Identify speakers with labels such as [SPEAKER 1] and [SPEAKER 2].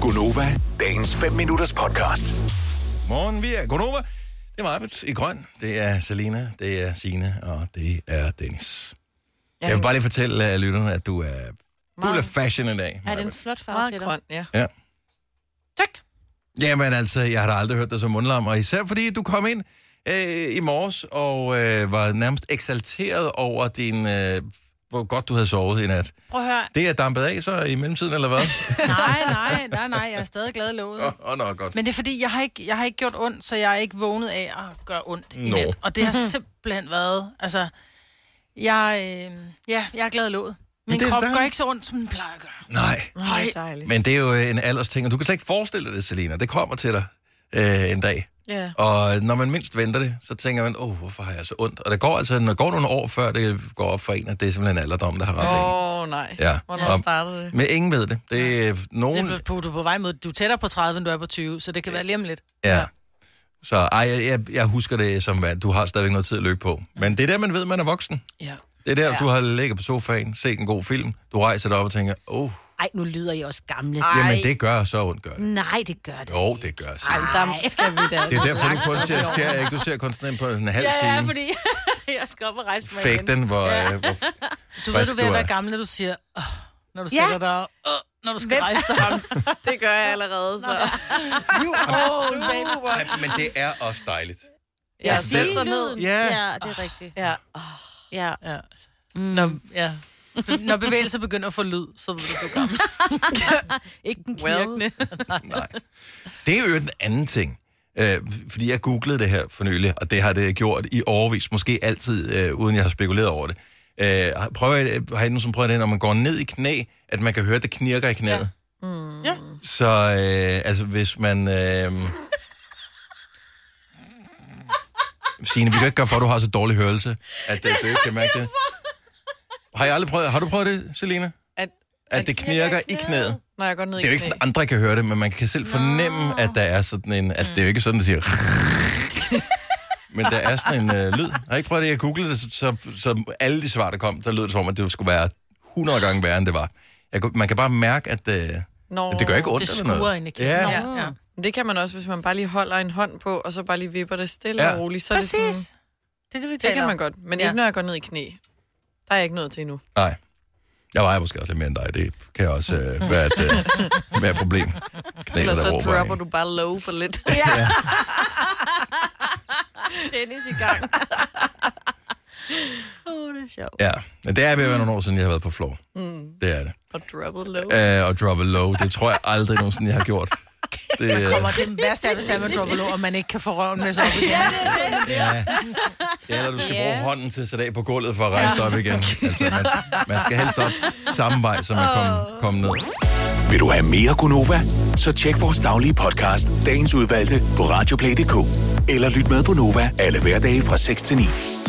[SPEAKER 1] Gunova, dagens 5 minutters podcast.
[SPEAKER 2] Morgen, vi er Gonova. Det er Marbet i Grøn. Det er Selina, det er Sine og det er Dennis. Ja, jeg vil bare lige fortælle øh, lytterne, at du er fuld af
[SPEAKER 3] Meget.
[SPEAKER 2] fashion i dag.
[SPEAKER 3] Er det en
[SPEAKER 2] Maj-Brit.
[SPEAKER 3] flot farve til
[SPEAKER 4] Meget
[SPEAKER 3] dig?
[SPEAKER 4] grøn, ja.
[SPEAKER 2] Ja.
[SPEAKER 3] Tak.
[SPEAKER 2] Jamen altså, jeg har da aldrig hørt dig som mundlam, og især fordi du kom ind øh, i morges og øh, var nærmest eksalteret over din... Øh, hvor godt du havde sovet i nat.
[SPEAKER 3] Prøv at høre.
[SPEAKER 2] Det er dampet af så i mellemtiden, eller hvad?
[SPEAKER 3] Nej, nej, nej, nej. Jeg er stadig glad i låget.
[SPEAKER 2] Åh, oh, nå, godt.
[SPEAKER 3] Men det er fordi, jeg har, ikke, jeg har ikke gjort ondt, så jeg er ikke vågnet af at gøre ondt i
[SPEAKER 2] Nå.
[SPEAKER 3] nat. Og det har simpelthen været... Altså, jeg, øh, ja, jeg er glad i låget. Min
[SPEAKER 2] det er
[SPEAKER 3] krop
[SPEAKER 2] dejligt.
[SPEAKER 3] gør ikke så ondt, som den plejer at gøre.
[SPEAKER 2] Nej.
[SPEAKER 4] Nej, dejligt.
[SPEAKER 2] Men det er jo øh, en aldersting, og du kan slet ikke forestille dig det, Selina. Det kommer til dig øh, en dag.
[SPEAKER 4] Ja.
[SPEAKER 2] Og når man mindst venter det, så tænker man, åh, hvorfor har jeg så ondt? Og der går altså der går nogle år, før det går op for en, at det er simpelthen alderdom, der har ramt oh. en.
[SPEAKER 4] Åh, oh, nej.
[SPEAKER 2] Ja.
[SPEAKER 4] Hvornår
[SPEAKER 2] Og-
[SPEAKER 4] startede det?
[SPEAKER 2] Men ingen ved det. Det er
[SPEAKER 3] Det
[SPEAKER 2] nogen...
[SPEAKER 3] er blevet- du er på vej mod, du er tættere på 30, end du er på 20, så det kan være lige om lidt.
[SPEAKER 2] Ja. Så ej, jeg, jeg, jeg husker det som, at du har stadigvæk noget tid at løbe på. Men det er der, man ved, man er voksen.
[SPEAKER 3] Ja.
[SPEAKER 2] Det er der, ja.
[SPEAKER 4] Ja.
[SPEAKER 2] du har ligget på sofaen, set en god film, du rejser dig op og tænker, åh, oh,
[SPEAKER 5] Ej, nu lyder I også gamle.
[SPEAKER 2] jamen det gør så ondt, gør det.
[SPEAKER 5] Nej, det gør det.
[SPEAKER 2] Jo, det gør så.
[SPEAKER 4] Ej, der skal vi da.
[SPEAKER 2] Det er derfor, du kun ser serier, ikke? Du ser kun sådan en på en halv
[SPEAKER 5] Ja, ja,
[SPEAKER 2] time.
[SPEAKER 5] fordi jeg skal op og rejse mig
[SPEAKER 2] Fake
[SPEAKER 5] igen.
[SPEAKER 2] den, hvor, øh, hvor
[SPEAKER 3] Du ved,
[SPEAKER 2] Frisk
[SPEAKER 3] du er ved
[SPEAKER 2] du
[SPEAKER 3] at
[SPEAKER 2] er.
[SPEAKER 3] være gammel, når du siger... "Åh", Når du
[SPEAKER 5] Ja.
[SPEAKER 3] sætter dig... "Åh", Når du skal
[SPEAKER 5] Hvem?
[SPEAKER 3] rejse dig op.
[SPEAKER 4] Det gør jeg allerede, så.
[SPEAKER 3] You old baby.
[SPEAKER 2] Ej, men det er også dejligt.
[SPEAKER 4] Jeg
[SPEAKER 2] Altså,
[SPEAKER 4] sætter sig ned.
[SPEAKER 2] Ja.
[SPEAKER 5] ja det er rigtigt.
[SPEAKER 4] Ja.
[SPEAKER 5] Ja.
[SPEAKER 3] Ja.
[SPEAKER 4] Mm.
[SPEAKER 3] Når, ja. Når bevægelser begynder at få lyd, så bliver du gammel.
[SPEAKER 5] Ikke den
[SPEAKER 4] Well.
[SPEAKER 5] knirkende.
[SPEAKER 2] Nej. Det er jo en anden ting. Øh, fordi jeg googlede det her for nylig, og det har det gjort i overvis, måske altid, øh, uden jeg har spekuleret over det. Øh, prøver, jeg- har I nogen som prøver det, når man går ned i knæ, at man kan høre, at det knirker i knæet?
[SPEAKER 3] Ja.
[SPEAKER 2] Så øh, altså, hvis man... Øh... Signe, vi kan ikke gøre for, at du har så dårlig hørelse, at øh, du ikke kan mærke det. Har, jeg aldrig prøvet, har du prøvet det, Selina?
[SPEAKER 4] At,
[SPEAKER 2] At det knirker i knæet?
[SPEAKER 4] når jeg går ned i
[SPEAKER 2] Det er jo ikke sådan, at andre kan høre det, men man kan selv fornemme, at der er sådan en... Altså, det er jo ikke sådan, det siger... Men der er sådan en øh, lyd. Har I ikke prøvet det? Jeg googlede det, så, så, så alle de svar, der kom, der lød det som om, at det skulle være 100 gange værre, end det var. Jeg, kunne- man kan bare mærke, at øh,
[SPEAKER 4] Nå,
[SPEAKER 2] det gør ikke ondt
[SPEAKER 3] det
[SPEAKER 2] eller
[SPEAKER 3] skuer
[SPEAKER 2] noget.
[SPEAKER 3] ind i knæet.
[SPEAKER 2] ja.
[SPEAKER 4] Ja. ja. Men det kan man også, hvis man bare lige holder en hånd på, og så bare lige vipper det stille
[SPEAKER 2] Ja.
[SPEAKER 4] ja. og roligt. Så er Det, sådan,
[SPEAKER 3] Præcis. Det er det, vi
[SPEAKER 4] det
[SPEAKER 3] taler
[SPEAKER 4] kan man
[SPEAKER 3] om.
[SPEAKER 4] godt, men
[SPEAKER 3] Ja.
[SPEAKER 4] ja. ikke når jeg går ned i knæ. Der er jeg ikke nået til endnu.
[SPEAKER 2] Nej. Jeg vejer måske også lidt mere end dig. Det kan også øh, være et, øh, være et problem. Knæet,
[SPEAKER 4] Ellers
[SPEAKER 2] der
[SPEAKER 4] så
[SPEAKER 2] råber,
[SPEAKER 4] dropper
[SPEAKER 2] ikke?
[SPEAKER 4] du bare low for lidt.
[SPEAKER 5] Dennis i gang. Åh, oh, det er sjovt.
[SPEAKER 2] Ja, men det er ved at være nogle år siden, jeg har været på floor. Mm. Det er det.
[SPEAKER 4] og droppet low.
[SPEAKER 2] Øh, og droppe low, det tror jeg aldrig nogensinde, jeg har gjort. Det, øh,
[SPEAKER 3] Kommer det værste af, hvis det er med dropper og man ikke kan få røven med sig op igen.
[SPEAKER 2] Ja. ja, eller du skal bruge hånden til at sætte af på gulvet for at rejse dig op igen. Altså, man, man skal helst op samme vej, som man kom, kom ned.
[SPEAKER 1] Vil du have mere Gunova? Så tjek vores daglige podcast, dagens udvalgte, på radioplay.dk. Eller lyt med på Nova alle hverdage fra 6 til 9.